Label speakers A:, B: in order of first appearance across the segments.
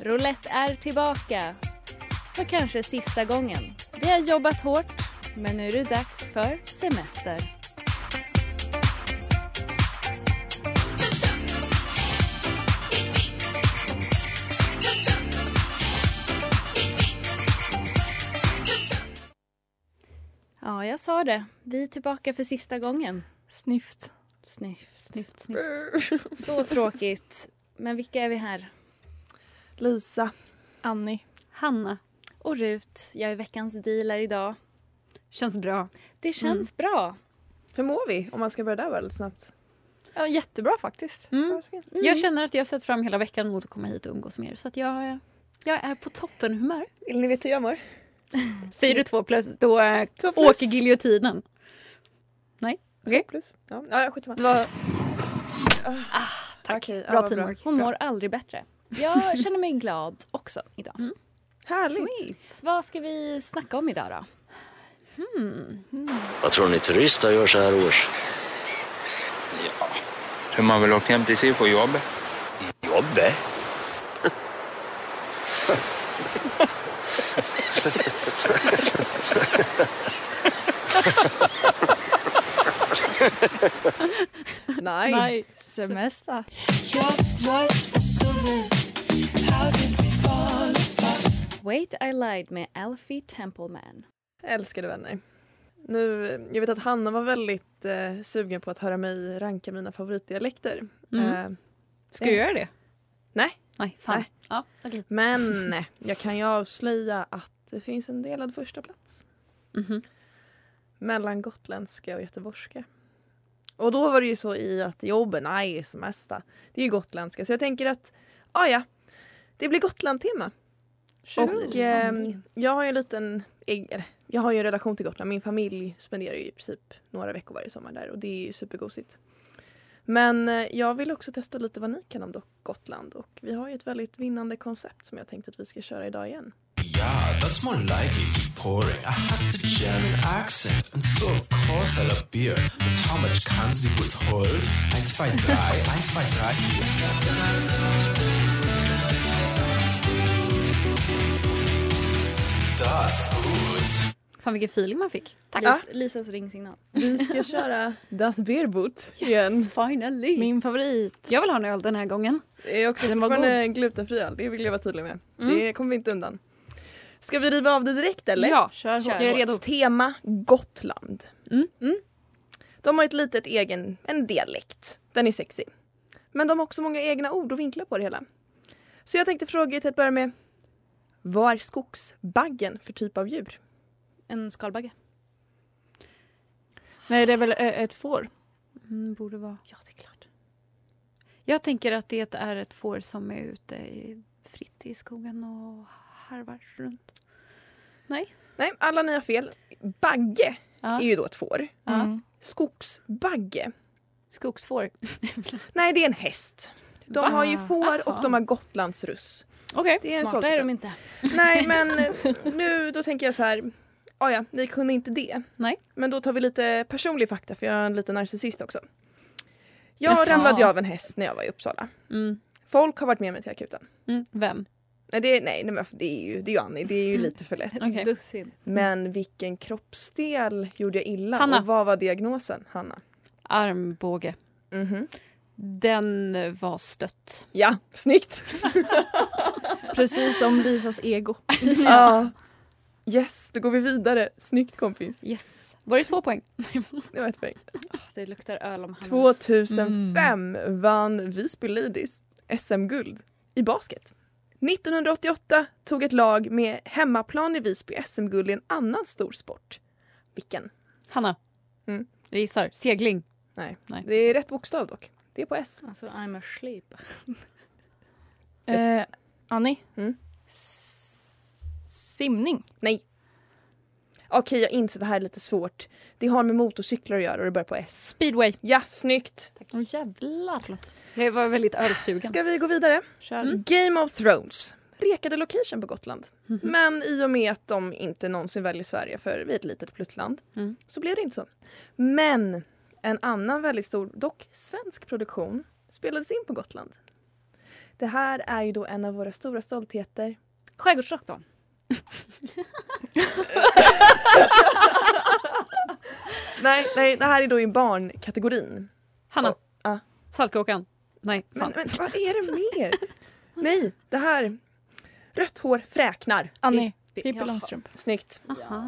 A: Roulette är tillbaka. För kanske sista gången. Vi har jobbat hårt, men nu är det dags för semester. Ja, jag sa det. Vi är tillbaka för sista gången.
B: Snyft.
A: Snyft, snyft, snyft. Så tråkigt. Men vilka är vi här?
C: Lisa.
B: Annie.
D: Hanna.
A: Och Rut, jag är veckans dealer idag.
D: Känns bra.
A: Det känns bra.
C: Hur mår vi? Om man ska börja där väldigt snabbt.
D: Ja, jättebra faktiskt.
E: Mm.
D: Jag känner att jag har sett fram hela veckan mot att komma hit och umgås med er. Så att jag, jag är på toppen humör.
E: Vill ni veta hur jag mår?
D: Säger du två plus, då eh,
E: Två plus.
D: åker giljotinen. Nej, okej.
E: Plus. Ja, ja skitsamma.
D: Vad-
E: Tack. Okej,
D: Bra
E: vad
D: teamwork.
A: Hon mår aldrig bättre. Jag känner mig glad också idag.
E: Härligt.
A: Vad ska vi snacka om idag då?
F: Vad tror ni turister gör så här års?
G: Hur man vill åka hem till sig på jobb.
F: Jobbet?
E: Nej.
B: Nej. Semester.
A: Wait I lied med Alfie Templeman.
E: Älskade vänner. Nu, jag vet att Hanna var väldigt eh, sugen på att höra mig ranka mina favoritdialekter.
D: Mm.
E: Eh,
D: Ska du göra det?
E: Nej.
D: Nej, fan.
E: Nej.
D: Ja, okej.
E: men jag kan ju avslöja att det finns en delad första plats
D: Mhm.
E: mellan gotländska och göteborgska. Och då var det ju så i att jobben, nej semester, det är ju gotländska. Så jag tänker att, ah, ja, det blir Gotland-tema. Och ehm, jag har ju en liten, eller, jag har ju en relation till Gotland. Min familj spenderar ju i princip några veckor varje sommar där och det är ju supergosigt. Men eh, jag vill också testa lite vad ni kan om dock Gotland och vi har ju ett väldigt vinnande koncept som jag tänkte att vi ska köra idag igen.
F: Yeah, that's more like it. Keep pouring. I have a German accent and so of course I love beer. But how much can sie gut hold? 1, 2, 3, 1, 2, 3, 4. Das gut.
D: Fan vilken feeling man fick. Tack.
A: Lis- Lisas ringsignal.
E: Vi ska köra Das Beerboot igen.
D: Finally.
B: Min favorit.
D: Jag vill ha en öl den här gången.
E: Det är också
B: Den var
E: fortfarande glutenfri öl, det vill jag vara tydlig med.
D: Mm.
E: Det kommer vi inte undan. Ska vi riva av det direkt eller?
D: Ja,
B: Kör
A: Kör.
D: jag är redo.
E: Tema Gotland.
D: Mm.
E: De har ett litet egen, en dialekt. Den är sexig. Men de har också många egna ord och vinklar på det hela. Så jag tänkte fråga er till att börja med. Vad är skogsbaggen för typ av djur?
A: En skalbagge.
B: Nej, det är väl eh, ett får.
D: Mm, borde vara.
E: Ja, det är klart.
D: Jag tänker att det är ett får som är ute i, fritt i skogen och harvar runt.
E: Nej, alla ni har fel. Bagge
D: Ja.
E: är ju då ett får.
D: Ja.
B: Mm.
E: Skogsbagge.
D: Skogsfår.
E: Nej, det är en häst. De
D: Va?
E: har ju får och
D: Aha.
E: de har Gotlandsruss.
D: Okej.
E: Det är en
A: Smarta
E: solkita.
A: är de inte.
E: Nej men eh, nu då tänker jag så här. Ah, ja, ni kunde inte det.
D: Nej.
E: Men då tar vi lite personlig fakta för jag är en liten narcissist också. Jag ramlade ju av en häst när jag var i Uppsala.
D: Mm.
E: Folk har varit med mig till akuten.
D: Mm. Vem?
E: Nej, det, nej, nej men det är ju, det är ju Annie, det är ju lite för lätt.
A: Mm.
D: Okej.
A: Dussin.
E: Men vilken kroppsdel gjorde jag illa
D: Hanna.
E: och vad var diagnosen? Hanna.
D: Armbåge.
E: Mhm.
D: Den var stött.
E: Ja, snyggt!
H: Precis som Lisas ego.
E: Ja. Yes, då går vi vidare. Snyggt kompis.
D: Yes. Var det två poäng?
E: Det var ett poäng.
D: Det luktar öl om handen.
E: 2005 vann Visby Ladies SM-guld i basket. 1988 tog ett lag med hemmaplan i Visby SM-guld i en annan stor sport. Vilken?
D: Hanna.
E: Mm.
D: Jag gissar. Segling.
E: Nej.
D: Nej.
E: Det är rätt bokstav dock. Det är på S.
D: Alltså, I'm asleep.
H: Eh, Annie?
E: Mm.
H: S- Simning?
E: Nej. Okej, jag inser det här är lite svårt. Det har med motorcyklar att göra och det börjar på S.
D: Speedway.
E: Ja, snyggt!
H: Åh jävlar. Förlåt.
D: Jag var väldigt ölsugen.
E: Ska Mm. vi gå vidare?
H: Kör.
D: Mm.
E: Game of Thrones rekade location på Gotland. Men i och med att de inte någonsin väljer Sverige för vi är ett litet pluttland
D: Mm.
E: så blev det inte så. Men en annan väldigt stor, dock svensk produktion spelades in på Gotland. Det här är ju då en av våra stora stoltheter.
D: Skärgårdsdoktorn.
E: Nej, nej, det här är då i barnkategorin.
D: Hanna.
E: Och- ja.
D: Saltkråkan. Nej, fan.
E: Men, men vad är det mer? nej, det här. Rött hår fräknar.
H: Annie?
D: Pippi-
H: Pippi
D: Jaha.
H: Långstrump?
E: Snyggt.
D: Aha.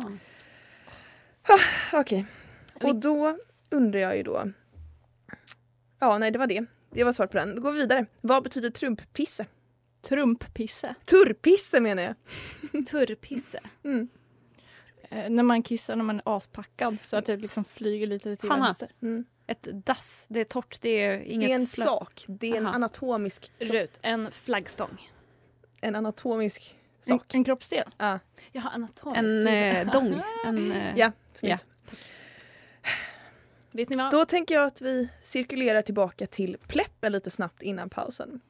E: Okej. Och då undrar jag ju då... Ja, nej det var det. Det var svaret på den. Då går vi vidare. Vad betyder trumpisse?
H: Trumpisse?
E: Turpisse menar jag. Mm,
D: Turrpisse.
H: Eh, när man kissar när man är aspackad så att det liksom flyger lite till
D: Hanna.
H: vänster.
E: Mm.
D: Ett dass. Det är torrt. Det är inget
E: Det är en
D: slö-
E: sak. Det är en
D: Aha.
E: anatomisk,
D: Rut. En flaggstång.
E: en anatomisk
H: En,
E: sak.
H: en kroppsdel?
E: Ja,
C: Jaha, anatomiskt.
D: En eh, dong. En, eh,
E: ja snyggt.
C: Vet ni vad?
E: Då tänker jag att vi cirkulerar tillbaka till pleppen lite snabbt innan pausen.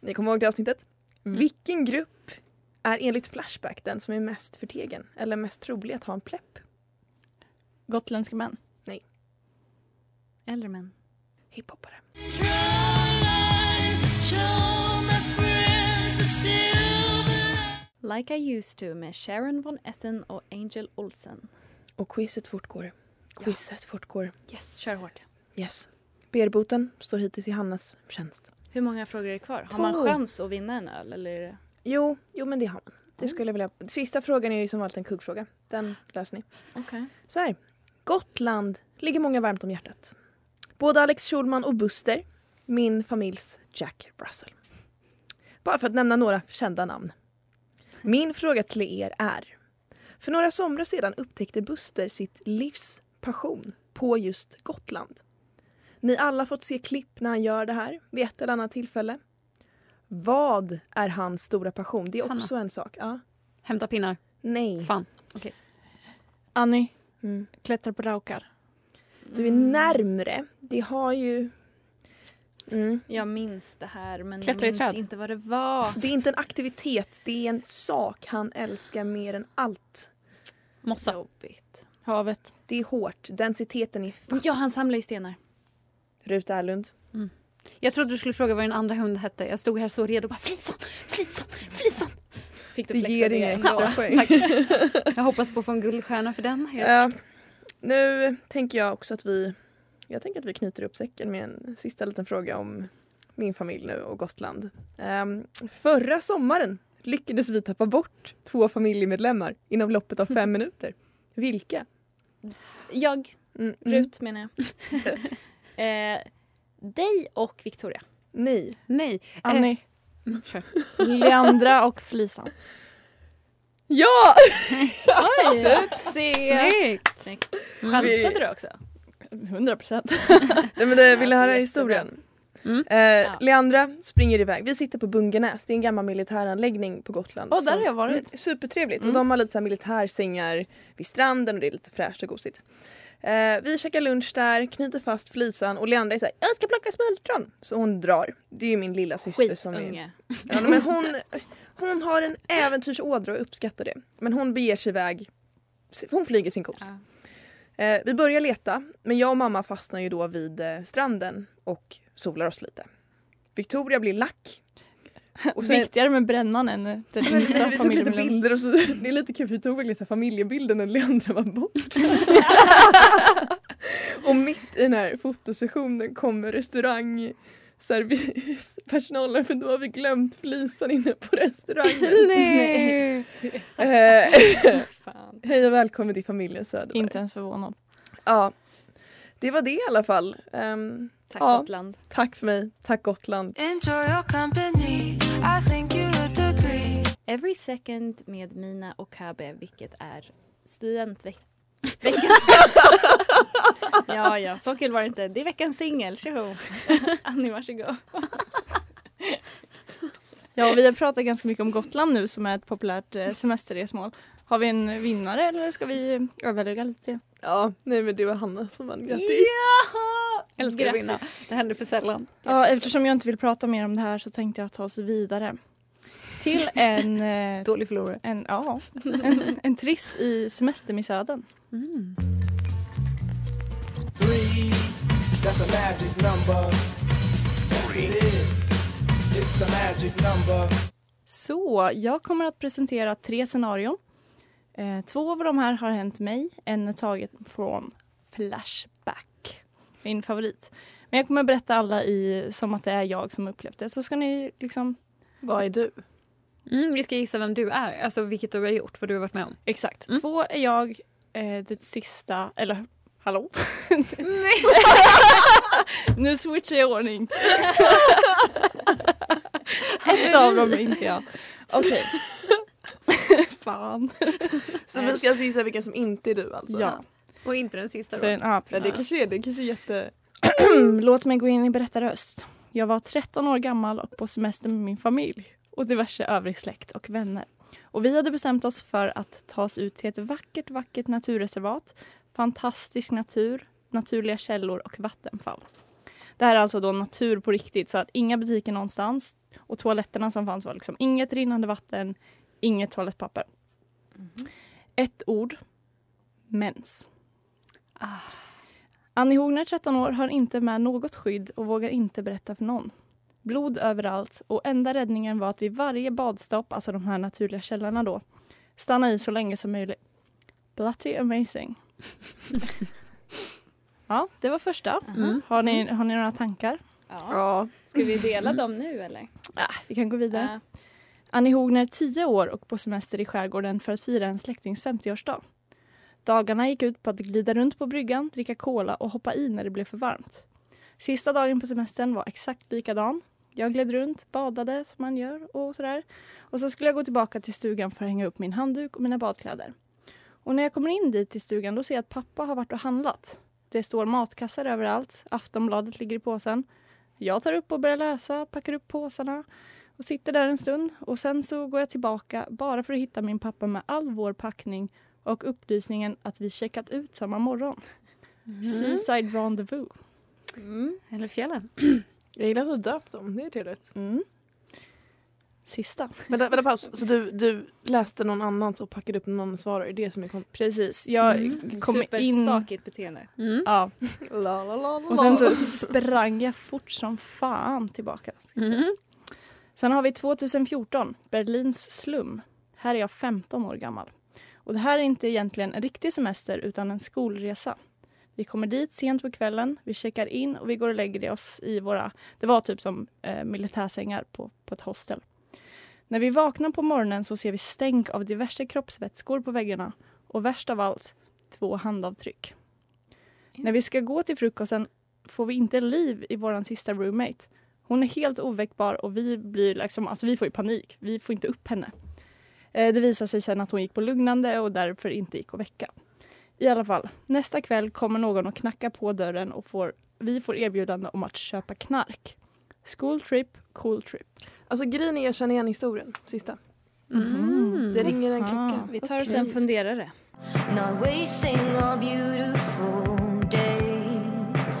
E: Ni kommer ihåg det avsnittet? Vilken grupp är enligt Flashback den som är mest förtegen eller mest trolig att ha en plepp?
H: Gotländska män?
D: Äldre män.
E: Hiphoppare.
A: Like I used to med Sharon von Etten och Angel Olsen.
E: Och quizet fortgår. Quizet fortgår.
D: Yes. Kör hårt.
E: Yes. Berboten står hittills i Hannas tjänst.
A: Hur många frågor är det kvar?
E: Två.
A: Har man chans att vinna en öl? Eller? är det-
E: Jo, jo men det har man. Det skulle jag vilja. Sista frågan är ju som alltid en kuggfråga. Den löser ni.
A: Okej.
E: Så här. Gotland ligger många varmt om hjärtat. Både Alex Schulman och Buster, min familjs Jack Russell. Bara för att nämna några kända namn. Min fråga till er är. För några somrar sedan upptäckte Buster sitt livs passion på just Gotland. Ni alla fått se klipp när han gör det här vid ett eller annat tillfälle. Vad är hans stora passion? Det är också en sak. Ja.
D: Hämta pinnar.
E: Nej.
D: Fan.
H: Annie?
E: Mm.
H: Klättra på raukar?
E: Du är närmre. Det har ju... Mm.
A: Jag minns det här men
D: Klättra i
A: jag minns
D: träd.
A: inte vad det var.
E: Det är inte en aktivitet, det är en sak han älskar mer än allt.
D: Mossa.
A: Jobbigt.
H: Havet?
E: Det är hårt, densiteten är fast.
A: Ja, han samlar ju stenar.
E: Rut Erlund.
D: Jag trodde du skulle fråga vad den andra hunden hette. Jag stod här så redo och bara flisan, flisan, flisan.
A: Fick du
E: Det
A: flexa
E: ger inga extra poäng.
D: Tack. Jag hoppas på att få en guldstjärna för den. Jag-
E: Ja. nu tänker jag också att vi... Jag tänker att vi knyter upp säcken med en sista liten fråga om min familj nu och Gotland. Ehm, förra sommaren lyckades vi tappa bort två familjemedlemmar inom loppet av fem minuter. Vilka?
A: Jag,
E: Mm, mm.
A: Rut menar jag. eh, dig och Victoria.
E: Nej.
D: Nej.
H: Annie?
D: Mm, Kör.
H: Leandra och Flisan?
E: Ja! Alltså,
H: Succé!
D: Snyggt. Snyggt.
A: Chansade du också?
H: 100 procent.
E: Nej, men det, vill du
A: Alltså,
E: höra
A: jättebra.
E: historien?
D: Mm.
E: Eh, Leandra springer iväg. Vi sitter på Bungenäs, det är en gammal militäranläggning på Gotland.
H: Åh, där
E: som-
H: har jag varit.
E: Mm, Supertrevligt. Och de har lite så här militärsängar vid stranden och det är lite fräscht och gosigt. Eh, vi käkar lunch där, knyter fast flisan och Leandra är såhär “jag ska plocka smultron”. Så hon drar. Det är ju min lilla syster som är
A: Skitunge.
E: Ja, men hon, hon har en äventyrsådra och uppskattar det. Men hon beger sig iväg. Hon flyger sin kos. Eh, vi börjar leta, men jag och mamma fastnar ju då vid eh, stranden och solar oss lite. Victoria blir lack. Och sen-
H: Viktigare med brännan än eh, den
E: Men
H: yngsta
E: vi tog lite
H: familjemedlemmen.
E: bilder och så, det är lite kul för vi tog verkligen så här familjebilden när Leandra var borta. och mitt i den här fotosessionen kommer restaurang servicepersonalen för då har vi glömt flisan inne på restaurangen.
D: Nej.
E: Eh, Hej och välkommen till familjen Söderberg.
H: Inte ens förvånad.
E: Ja. Det var det i alla fall. Ehm,
A: Tack
E: ja.
A: Gotland.
E: Tack för mig. Tack Gotland.
A: Enjoy your company. I think you would agree. Every second med Mina och Kabe, vilket är studentveckan. ja, ja, så kul var det inte. Det är veckans singel. Tjoho! Annie, varsågod.
H: Ja, vi har pratat ganska mycket om Gotland nu som är ett populärt eh, semesterresmål. Har vi en vinnare eller ska vi överlägga lite?
E: Ja, nej men det var Hanna som vann. Grattis!
D: Älskar att vinna. Det händer för sällan.
H: Ja, eftersom jag inte vill prata mer om det här så tänkte jag ta oss vidare. Till en... eh,
D: Dålig förlorare.
H: En, ja, en, en triss i semestermissöden.
D: Mm.
I: Three, that's a magic number. Yes, it is. It's the magic number.
H: Så jag kommer att presentera tre scenarion. Eh, två av de här har hänt mig, en är taget från Flashback, min favorit. Men jag kommer berätta alla i, som att det är jag som upplevt det, så ska ni liksom...
E: Vad är du?
D: Mm, vi ska gissa vem du är, alltså vilket du har gjort, vad du har varit med om.
H: Exakt.
E: Mm.
H: Två är jag, eh, det sista... Eller, hallå? nu switchar jag ordning. Ett av dem är inte jag. Okej. Fan.
E: Så vi ska alltså gissa vilken som inte är du alltså?
H: Ja.
D: Och inte den sista
H: Sen, ja,
E: Men det
H: precis.
E: kanske är, det kanske är jätte...
H: Låt mig gå in i berättarröst. Jag var 13 år gammal och på semester med min familj och diverse övrig släkt och vänner. Och vi hade bestämt oss för att ta oss ut till ett vackert, vackert naturreservat. Fantastisk natur, naturliga källor och vattenfall. Det här är alltså då natur på riktigt så att inga butiker någonstans och toaletterna som fanns var liksom inget rinnande vatten, inget toalettpapper. Ett ord. Mens. Annie Hogner, 13 år, har inte med något skydd och vågar inte berätta för någon. Blod överallt och enda räddningen var att vid varje badstopp, alltså de här naturliga källorna då, stanna i så länge som möjligt. Bloody amazing. ja, det var första.
D: Mm.
H: Har, ni, har ni några tankar?
D: Ja. Ska vi dela dem nu eller?
H: Ja, vi kan gå
A: Eh,
H: vidare. Annie Hogner, 10 år och på semester i skärgården för att fira en släktings 50-årsdag. Dagarna gick ut på att glida runt på bryggan, dricka cola och hoppa i när det blev för varmt. Sista dagen på semestern var exakt likadan. Jag gled runt, badade som man gör och sådär. Och så skulle jag gå tillbaka till stugan för att hänga upp min handduk och mina badkläder. Och när jag kommer in dit till stugan då ser jag att pappa har varit och handlat. Det står matkassar överallt, Aftonbladet ligger i påsen. Jag tar upp och börjar läsa, packar upp påsarna och sitter där en stund och sen så går jag tillbaka bara för att hitta min pappa med all vår packning och upplysningen att vi checkat ut samma morgon. Mm. Seaside rendezvous.
D: Mm. Eller fjällen.
E: Jag gillar att du döpt dem, det är trevligt.
H: Mm. Sista.
E: Vänta, vänta paus. Så du, du läste någon annans och packade upp någon annans varor? Det är det som är kom...
H: Precis. Jag
A: Mm.
H: kom in...
D: Superstakigt beteende.
H: Mm. Ja.
E: La, la, la, la,
H: Och sen så sprang jag fort som fan tillbaka.
D: Mm.
H: Sen har vi 2014, Berlins slum. Här är jag 15 år gammal. Och det här är inte egentligen en riktig semester utan en skolresa. Vi kommer dit sent på kvällen, vi checkar in och vi går och lägger oss i våra, det var typ som eh, militärsängar på, på ett hostel. När vi vaknar på morgonen så ser vi stänk av diverse kroppsvätskor på väggarna och värst av allt, två handavtryck. När vi ska gå till frukosten får vi inte liv i vår sista roommate. Hon är helt oväckbar och vi blir liksom, alltså vi får ju panik. Vi får inte upp henne. Eh, Det visar sig sen att hon gick på lugnande och därför inte gick att väcka. I alla fall, nästa kväll kommer någon och knackar på dörren och får, vi får erbjudande om att köpa knark. School trip, cool trip.
E: Alltså grejen är jag känner igen historien, sista.
H: Mhm.
E: Det ringer en klocka.
H: Ah,
D: Vi tar oss en funderare.
J: Not wasting our beautiful days.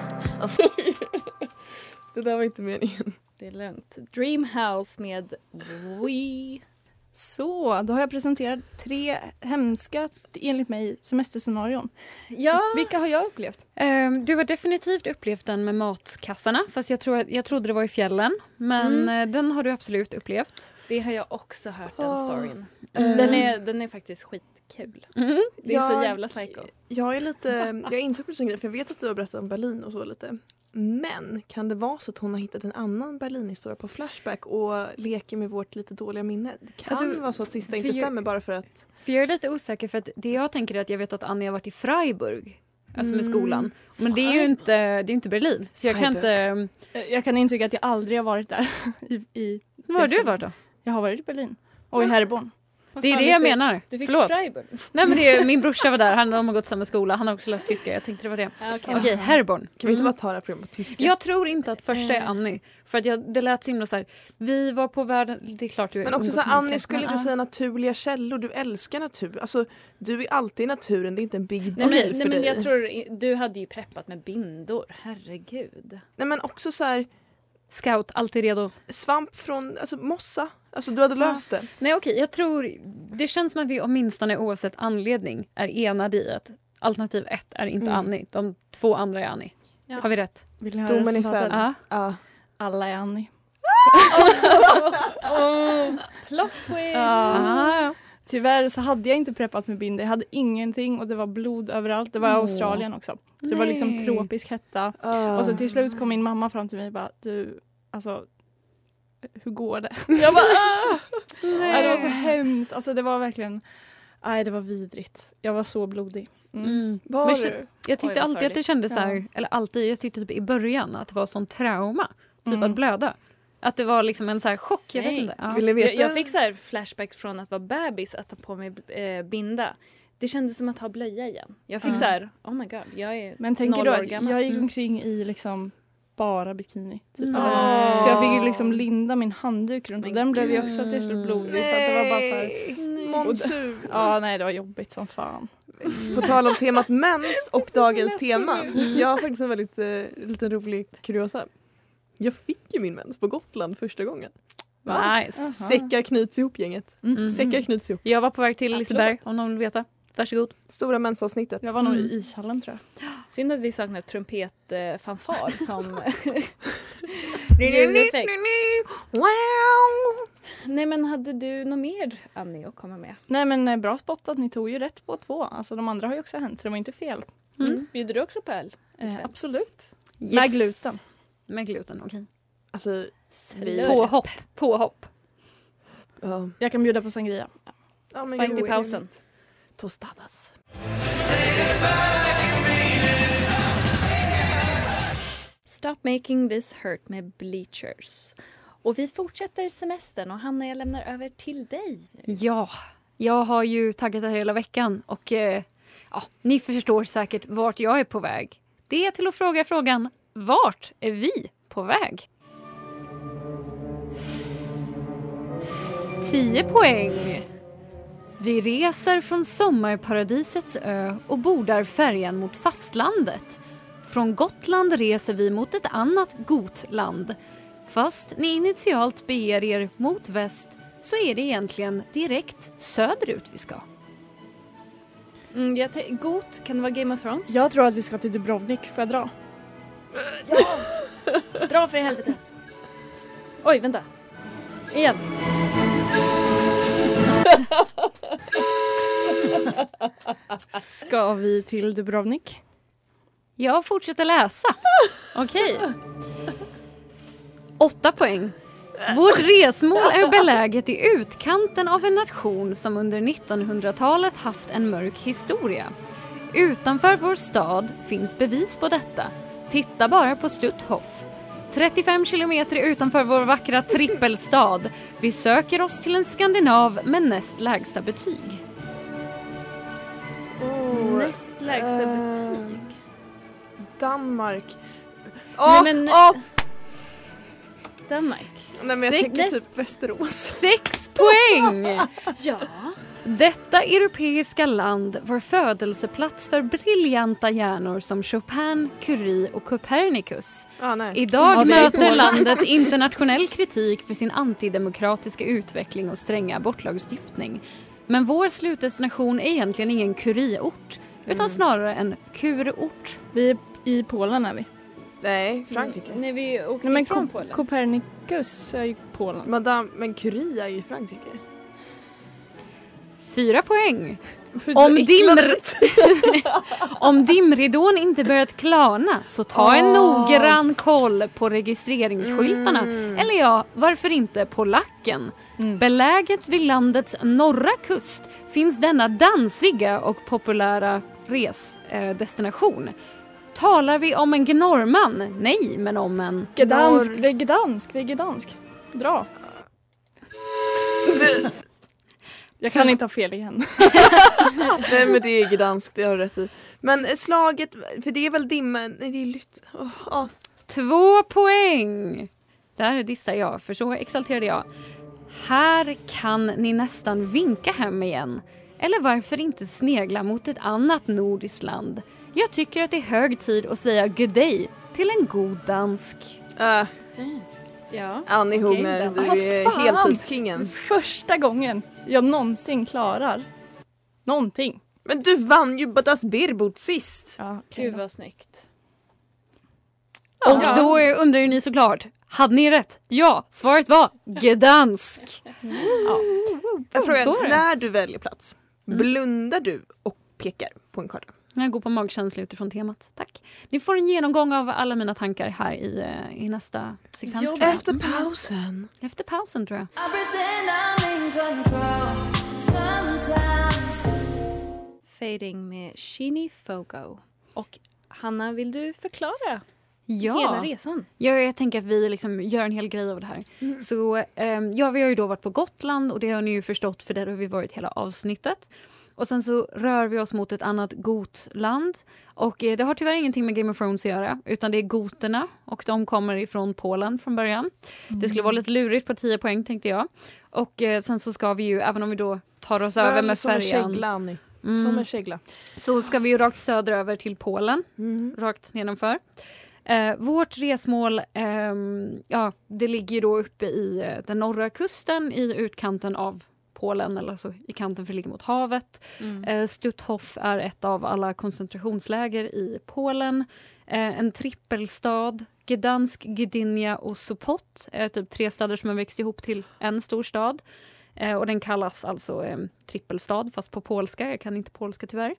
E: Det där var inte meningen.
D: Det är lugnt. Dreamhouse med We.
H: Så, då har jag presenterat tre hemska, enligt mig, semesterscenarion.
D: Ja,
H: Vilka har jag upplevt?
D: ehm, du har definitivt upplevt den med matkassarna. Fast jag, tror, jag trodde det var i fjällen. Men eh, den har du absolut upplevt.
A: Det har jag också hört den
E: Åh.
A: storyn.
E: Mm.
A: Den, är, den är faktiskt skitkul. Det är så
E: Jag-
A: jävla psycho.
E: Jag är lite, jag insåg precis en grej för jag vet att du har berättat om Berlin och så lite. Men kan det vara så att hon har hittat en annan Berlinhistoria på Flashback och leker med vårt lite dåliga minne? Det kan
D: Alltså,
E: vara så att sista
D: för
E: inte
D: ju-
E: stämmer bara för att...
D: För jag är lite osäker för att det jag tänker är att jag vet att Annie har varit i Freiburg. Alltså med
H: Mm.
D: skolan. Men det är ju inte, det är inte Berlin. Så jag kan inte...
H: Eh, Jag kan intyga att jag aldrig har varit där. I, i
D: Var har du varit då?
H: Jag har varit i Berlin. Och i Herborn.
D: Det är det jag menar.
H: Ah. Du fick
D: Förlåt.
H: Freiburg.
D: Nej men det är, min brorsa var där, han de har gått samma skola, han har också läst tyska. Jag tänkte det var det.
H: Ah,
D: Okej, Herborn.
E: Kan vi inte bara ta det här programmet på tyska?
D: Jag tror inte att första är Annie. För att jag, det lät så himla så här. vi var på världen, det är klart du är
E: Men också så här,
D: ungdomsminister,
E: Annie skulle
D: men,
E: du
D: ja.
E: säga naturliga källor? Du älskar natur. Alltså, du är alltid i naturen, det är inte en big
A: Nej,
E: deal för
A: men, nej, men
E: dig.
A: jag tror, i- du hade ju preppat med bindor. Herregud.
E: Nej men också så här...
D: Scout, alltid redo.
E: Svamp från, alltså mossa. Alltså du hade löst det.
D: Nej okej, jag tror... Det känns som att vi åtminstone oavsett anledning är enade i att alternativ ett är inte
H: Mm.
D: Annie. De två andra är Annie.
H: Ja.
D: Har vi rätt?
H: Vill ni höra
D: Domen är
H: resultatet?
D: fälld. Ja.
H: Alla är Annie.
A: Plot twist!
H: Ja. Tyvärr så hade jag inte preppat med binder. Jag hade ingenting och det var blod överallt. Det var i
D: Åh.
H: Australien också. Så det var liksom
D: Nej.
H: tropisk hetta.
E: Ah.
H: Och så till slut kom min mamma fram till mig och bara du, alltså hur går det? Jag bara ah! Nej. Det var så hemskt. Alltså det var verkligen, nej det var vidrigt. Jag var så blodig.
D: Mm.
H: Var
D: Men
H: du?
D: kä- Jag tyckte
H: Oj, vad
D: alltid att det
H: sorgligt.
D: kändes så här,
H: Ja.
D: eller alltid, jag tyckte typ i början att det var sån trauma. Typ
H: Mm.
D: att blöda. Att det var liksom en så här chock, jag vet
A: Nej.
D: inte. Ja.
A: jag, jag fick så här flashbacks från att vara bebis, att ta på mig eh, binda. Det kändes som att ha blöja igen. Jag fick
H: Ja.
A: så här, oh my god, jag är
H: Men tänker
A: noll
H: du
A: år
H: att
A: gammal.
H: jag gick
A: Mm.
H: omkring i liksom bara bikini. Typ.
A: Nej.
H: Så jag fick ju liksom linda min handduk runt och den blev ju också till slut blodig. Så att det var bara så här,
E: Monsu.
H: Ja, nej det var jobbigt som fan. Mm.
E: På tal om temat mens och dagens tema. Jag har faktiskt en väldigt eh, liten rolig kuriosa. Jag fick ju min mens på Gotland första gången.
D: Nice. Jaha.
E: Säckar knyts ihop gänget.
H: Mm.
D: Mhm.
E: Säckar knyts ihop.
D: Jag var på väg till Liseberg om någon vill veta. Varsågod.
E: Stora mensavsnittet.
H: Jag var nog i ishallen tror jag.
A: Synd att vi saknar trumpetfanfar som ljudeffekt.
E: Wow!
A: Nej men hade du något mer Annie att komma med?
H: Nej men eh, bra spottat, ni tog ju rätt på två. Alltså de andra har ju också hänt så det var inte fel.
D: Mm.
A: Bjuder du också på öl?
H: Eh, absolut.
D: Yes.
H: Med gluten.
D: Med gluten, okej.
E: Alltså,
D: Vi... Påhopp, påhopp.
E: Ja.
H: Jag kan bjuda på sangria.
E: Ja, men
H: Fight
E: gud,
H: i
E: vad
H: pausen.
E: trevligt. Tostadas.
A: Stop making this hurt med Bleachers. Och vi fortsätter semestern och Hanna jag lämnar över till dig.
D: Ja, jag har ju taggat det här hela veckan och eh, ja, ni förstår säkert vart jag är på väg. Det är till att fråga frågan, vart är vi på väg? 10 poäng. Vi reser från sommarparadisets ö och bordar färjan mot fastlandet. Från Gotland reser vi mot ett annat Gotland. Fast ni initialt beger er mot väst så är det egentligen direkt söderut vi ska.
A: Mm, jag te- Got, kan det vara Game of Thrones?
H: Jag tror att vi ska till Dubrovnik, får jag dra?
A: Ja! Dra för i helvete. Oj, vänta. Igen.
H: Ska vi till Dubrovnik?
D: Jag fortsätter läsa. Okej. Åtta poäng. Vårt resmål är beläget i utkanten av en nation som under 1900-talet haft en mörk historia. Utanför vår stad finns bevis på detta. Titta bara på Stutthof. 35 kilometer utanför vår vackra trippelstad. Vi söker oss till en skandinav med näst lägsta betyg.
A: Näst lägsta
E: Eh,
A: betyg.
E: Danmark.
A: Nej,
E: Åh,
A: men-
E: åh!
A: Danmark.
E: Nej, men jag
D: Sex-
E: tänker typ Västerås.
D: Sex poäng!
A: Ja.
D: Detta europeiska land var födelseplats för briljanta hjärnor som Chopin, Curie och Copernicus.
E: Ah, nej.
D: Idag
E: Ja, det är
D: möter
E: Polen.
D: landet internationell kritik för sin antidemokratiska utveckling och stränga abortlagstiftning. Men vår slutdestination är egentligen ingen Curie-ort utan
E: Mm.
D: snarare en kurort.
H: Vi är i Polen är vi.
E: Nej, Frankrike.
A: Nej, vi åkte
H: Nej, men
A: ifrån
H: Co-
A: Polen.
H: Copernicus är ju Polen.
E: Madame, men Curie är ju i Frankrike.
D: Fyra poäng.
E: så
D: Om, dimr...
E: äckligt.
D: Om dimridån inte börjat klarna så ta en
E: Åh.
D: noggrann koll på registreringsskyltarna.
E: Mm.
D: Eller ja, varför inte på lacken? Beläget vid landets norra kust finns denna dansiga och populära resdestination. Talar vi om en gnorrman? Nej, men om en...
H: Gdansk,
D: norr-
H: det är Gdansk, vi är Gdansk. Bra. Jag kan inte ha fel igen.
E: Nej men det är Gdansk, det har du rätt i. Men eh, slaget, för det är väl dimma, nej det är lytt. Åh, åh.
D: Två poäng! Där dissar jag, för så exalterade jag. Här kan ni nästan vinka hem igen. Eller varför inte snegla mot ett annat nordiskt land? Jag tycker att det är hög tid att säga good day till en god dansk.
E: Äh,
D: Ja.
E: Annie
D: Okej,
E: Horner,
D: Dansk.
E: du
H: Alltså,
E: är
H: fan.
E: heltidskingen.
H: Första gången jag någonsin klarar någonting.
E: Men du vann ju Das Birbot sist.
H: Ja, okej
A: Gud
H: då.
A: vad snyggt.
D: Och då är- undrar ju ni såklart, hade ni rätt? Ja, svaret var Gdansk. Ja.
E: Jag frågar,
D: Så är det.
E: när du väljer plats, blundar du och pekar på en karta?
D: Jag går på magkänsla utifrån temat. Tack. Ni får en genomgång av alla mina tankar här i, eh, i nästa sekvens. tror jag.
E: Efter pausen.
D: Efter pausen tror jag.
J: I pretend I'm in control sometimes.
A: Fading med Shini Fogo. Och Hanna, vill du förklara
D: Ja.
A: hela resan?
D: Jag, jag tänker att vi liksom gör en hel grej av det här.
E: Mm.
D: Så, ehm, ja, vi har ju då varit på Gotland och det har ni ju förstått för där har vi varit hela avsnittet. Och sen så rör vi oss mot ett annat gotland. Och eh, det har tyvärr ingenting med Game of Thrones att göra utan det är goterna och de kommer ifrån Polen från början. Det
E: Mm.
D: skulle vara lite lurigt på 10 poäng tänkte jag. Och eh, sen så ska vi ju, även om vi då tar oss över med
E: som en
D: färjan.
E: kägla, Annie.
D: Mm.
E: Som en kägla.
D: Så ska vi ju rakt söderöver till Polen,
E: Mm.
D: rakt nedanför. Eh, vårt resmål ehm, ja, det ligger ju då uppe i eh, den norra kusten i utkanten av Polen, eller alltså i kanten för det ligger mot havet. Eh, Stutthof är ett av alla koncentrationsläger i Polen. Eh, en trippelstad. Gdansk, Gdynia och Sopot är typ tre städer som har växt ihop till en stor stad. Eh, och den kallas alltså eh, trippelstad, fast på polska. Jag kan inte polska tyvärr.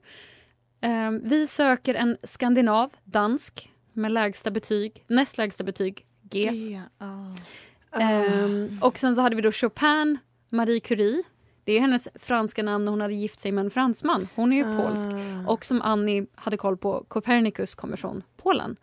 D: Eh, vi söker en skandinav, dansk, med lägsta betyg, näst lägsta betyg, G.
E: Ah.
D: Ehm, och sen så hade vi då Chopin, Marie Curie. Det är hennes franska namn och hon hade gift sig med en fransman. Hon är ju
E: Ah.
D: polsk. Och som Annie hade koll på, Copernicus kommer från Polen.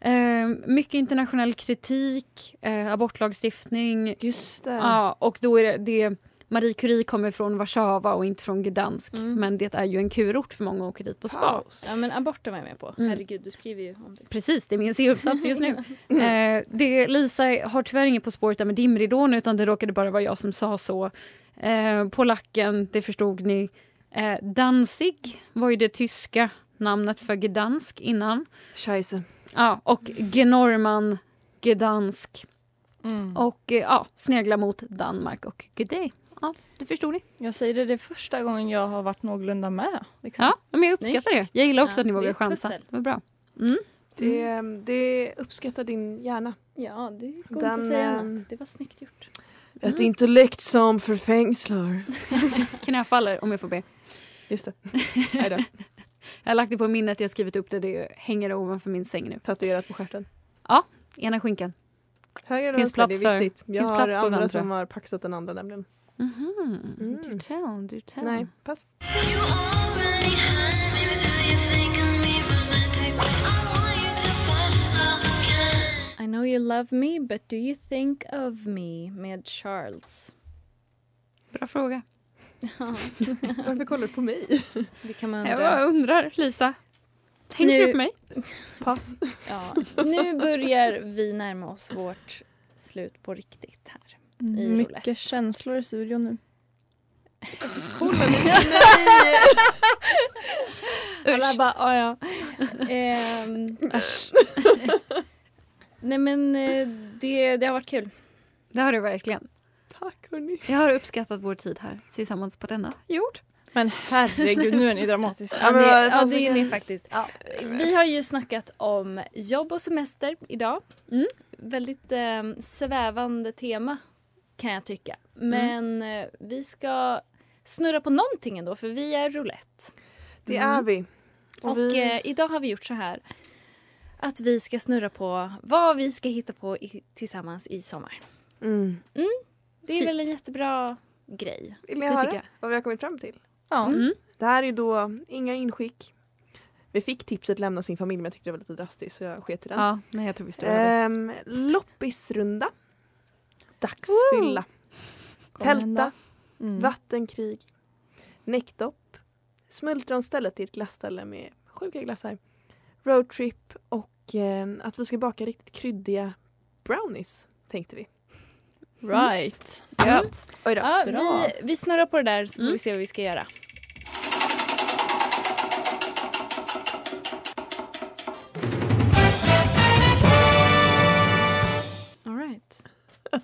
D: Ehm, mycket internationell kritik, eh, abortlagstiftning.
E: Just det.
D: Ja, och då är det, det Marie Curie kommer från Warszawa och inte från Gdansk. Men det är ju en kurort för många åker dit på spa.
A: Ja men aborten var jag med på.
D: Mm.
A: Herregud, du skriver ju om det.
D: Precis, det är min C-uppsats just nu. eh, det, Lisa har tyvärr inget På spåret där med dimridån utan det råkade bara vara jag som sa så. Eh, polacken, det förstod ni. Eh, Danzig var ju det tyska namnet för Gdansk innan.
E: Scheisse.
D: Ja, och Gnorman, Gdansk. Och eh, ja, snegla mot Danmark och good day. Ja, det förstod ni.
H: Jag säger det, det är första gången jag har varit någorlunda med. Liksom.
D: Ja, men jag uppskattar det.
A: Snyggt.
D: Jag gillar också att
A: Ja,
D: ni
A: det är
D: vågar
A: ett
D: chansa.
A: pussel.
D: Det var bra.
E: Det,
D: Mm.
E: det uppskattar din hjärna.
A: Ja, det går
E: Den,
A: inte att säga
E: ehm,
A: annat. Det var snyggt gjort.
D: Mm.
A: Mm.
E: Ett intellekt som förfängslar.
D: Knäfaller om jag får be.
E: Just det.
D: Jag har lagt det på minnet, jag har skrivit upp det. Det hänger ovanför min säng nu.
E: Tatuerat på stjärten.
D: Ena skinkan.
E: Höger och
D: Finns
E: vänster, det
D: plats för-
E: är viktigt. Jag
D: finns
E: har
D: plats på
E: andra
D: den, tror
E: som
D: jag.
E: har paxat den andra nämligen.
D: Mhm.
E: Mm.
D: Du tell, du tell.
E: Nej, pass.
J: You already had me, so you think of me romantic. I want you to find love again.
A: I know you love me but do you think of me med Charles.
D: Bra fråga.
E: Varför kollar du på mig?
A: Det kan man
D: Jag
A: undra.
D: bara undrar, Lisa. Tänker
A: Nu-
D: du på mig?
E: Pass.
A: Ja, nu börjar vi närma oss vårt slut på riktigt här. I
H: Mm, Mycket
A: roulette.
H: känslor i studion nu.
A: Alla bara, "Ah, ja. Ehm, Nej men eh, det, det har varit kul.
D: Det har du verkligen.
E: Tack hörni.
D: Jag har uppskattat vår tid här tillsammans på denna jord.
H: Men herregud, nu är ni dramatiska.
E: Ja, men
A: det,
E: vad
A: ja,
E: fan
A: det är ni faktiskt. Vi har ju snackat om jobb och semester idag.
D: Mm.
A: Väldigt eh, Mm. svävande tema kan jag tycka. Men eh, vi ska snurra på någonting ändå, för vi är roulette.
E: Det
D: Mm.
E: är vi.
A: Och,
E: Och vi-
A: eh, idag har vi gjort så här att vi ska snurra på vad vi ska hitta på i, tillsammans i sommar.
E: Mm.
A: Det är väl en jättebra grej.
E: Vill ni
A: det
E: höra
A: tycker jag.
E: vad vi har kommit fram till?
A: Ja. Mm.
E: Det här är då inga inskick. Vi fick tipset lämna sin familj men jag tyckte det var lite drastiskt så jag sket i den.
D: Ja, nej, jag tror vi står över.
E: Ehm, loppisrunda. Dagsfylla.
H: Kommer hända.
E: Tälta.
H: Mm.
E: Vattenkrig. Näckdopp. Smultronstället är ett glassställe med sjuka glassar. Roadtrip och ehm, att vi ska baka riktigt kryddiga brownies tänkte vi. Mm.
H: Right.
A: Ja.
E: Oj då.
A: Ja,
E: Bra.
A: vi, vi snurrar på det där så får vi se vad vi ska göra.
D: All right.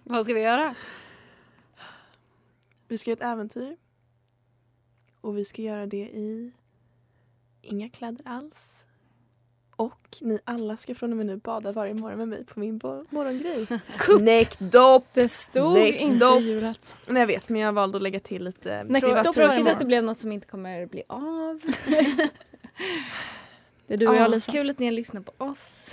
D: Vad ska vi göra?
E: Vi ska göra ett äventyr. Och vi ska göra det i inga kläder alls. Och ni alla ska från och med nu bada varje morgon med mig på min bo- morgongrej. Näckdopp!
H: Det stod inte i hjulet.
E: Nej jag vet men jag valde att lägga till lite.
A: Tror-
E: Tror-
A: Tråkigt
E: tror-
A: att det blev något som inte kommer bli av.
H: Det är du och
A: Ja,
H: jag Lisa.
A: Kul att ni har lyssnat på oss.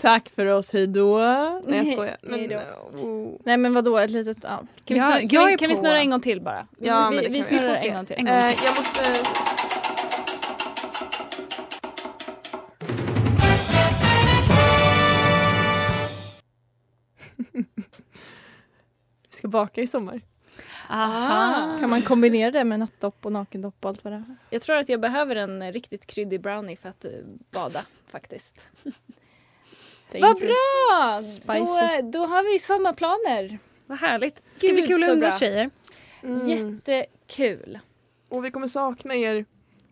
E: Tack för oss, hejdå! Nej jag skojar.
H: Nej
E: Men,
H: då.
E: oh.
H: Nej men vadå ett litet... Ja.
A: Kan vi, snurra, kan vi, kan vi snurra en gång till bara? Vi,
E: Ja, men
A: vi,
E: det kan vi
A: vi snurrar
E: göra.
A: en gång till.
E: Eh, jag måste... Vi ska baka i sommar.
A: Aha.
H: Kan man kombinera det med nattdopp och nakendopp och allt vad det är?
A: Jag tror att jag behöver en eh, riktigt kryddig brownie för att eh, bada faktiskt. Vad bra!
D: Spicy.
A: Då, eh, då har vi sommarplaner.
D: Vad härligt. Ska bli kul att
A: så
D: umgås,
A: bra.
D: tjejer.
E: Mm.
A: Jättekul.
E: Och vi kommer sakna er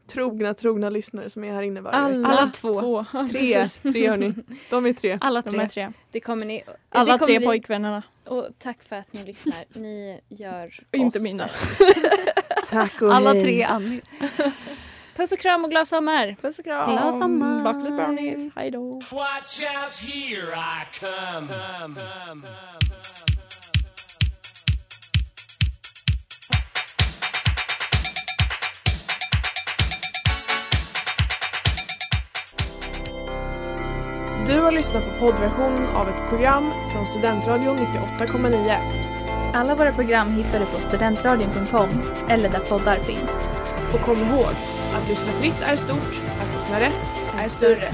E: trogna, trogna lyssnare som är här inne varje
H: Alla,
E: vecka.
D: två.
H: två. Ja,
E: Tre,
H: precis.
E: tre hörni. De är tre.
D: Alla
H: De är tre.
A: Det kommer ni... eh,
H: Alla
A: det kommer
H: tre
A: vi-
H: pojkvännerna.
A: Och tack för att ni lyssnar. Ni gör
H: Och inte
A: oss.
H: mina.
E: Tack och
D: Alla
E: hej.
D: tre Annis.
A: Puss och kram och glad sommar.
H: Puss och kram.
D: Glad sommar.
H: Baka lite Mm, brownies. Hej då.
I: Watch out, here I come.
C: Du har lyssnat på poddversionen av ett program från Studentradion 98,9
B: Alla våra program hittar du på studentradion.com eller där poddar finns.
C: och kom ihåg att lyssna fritt är stort, att lyssna rätt är större.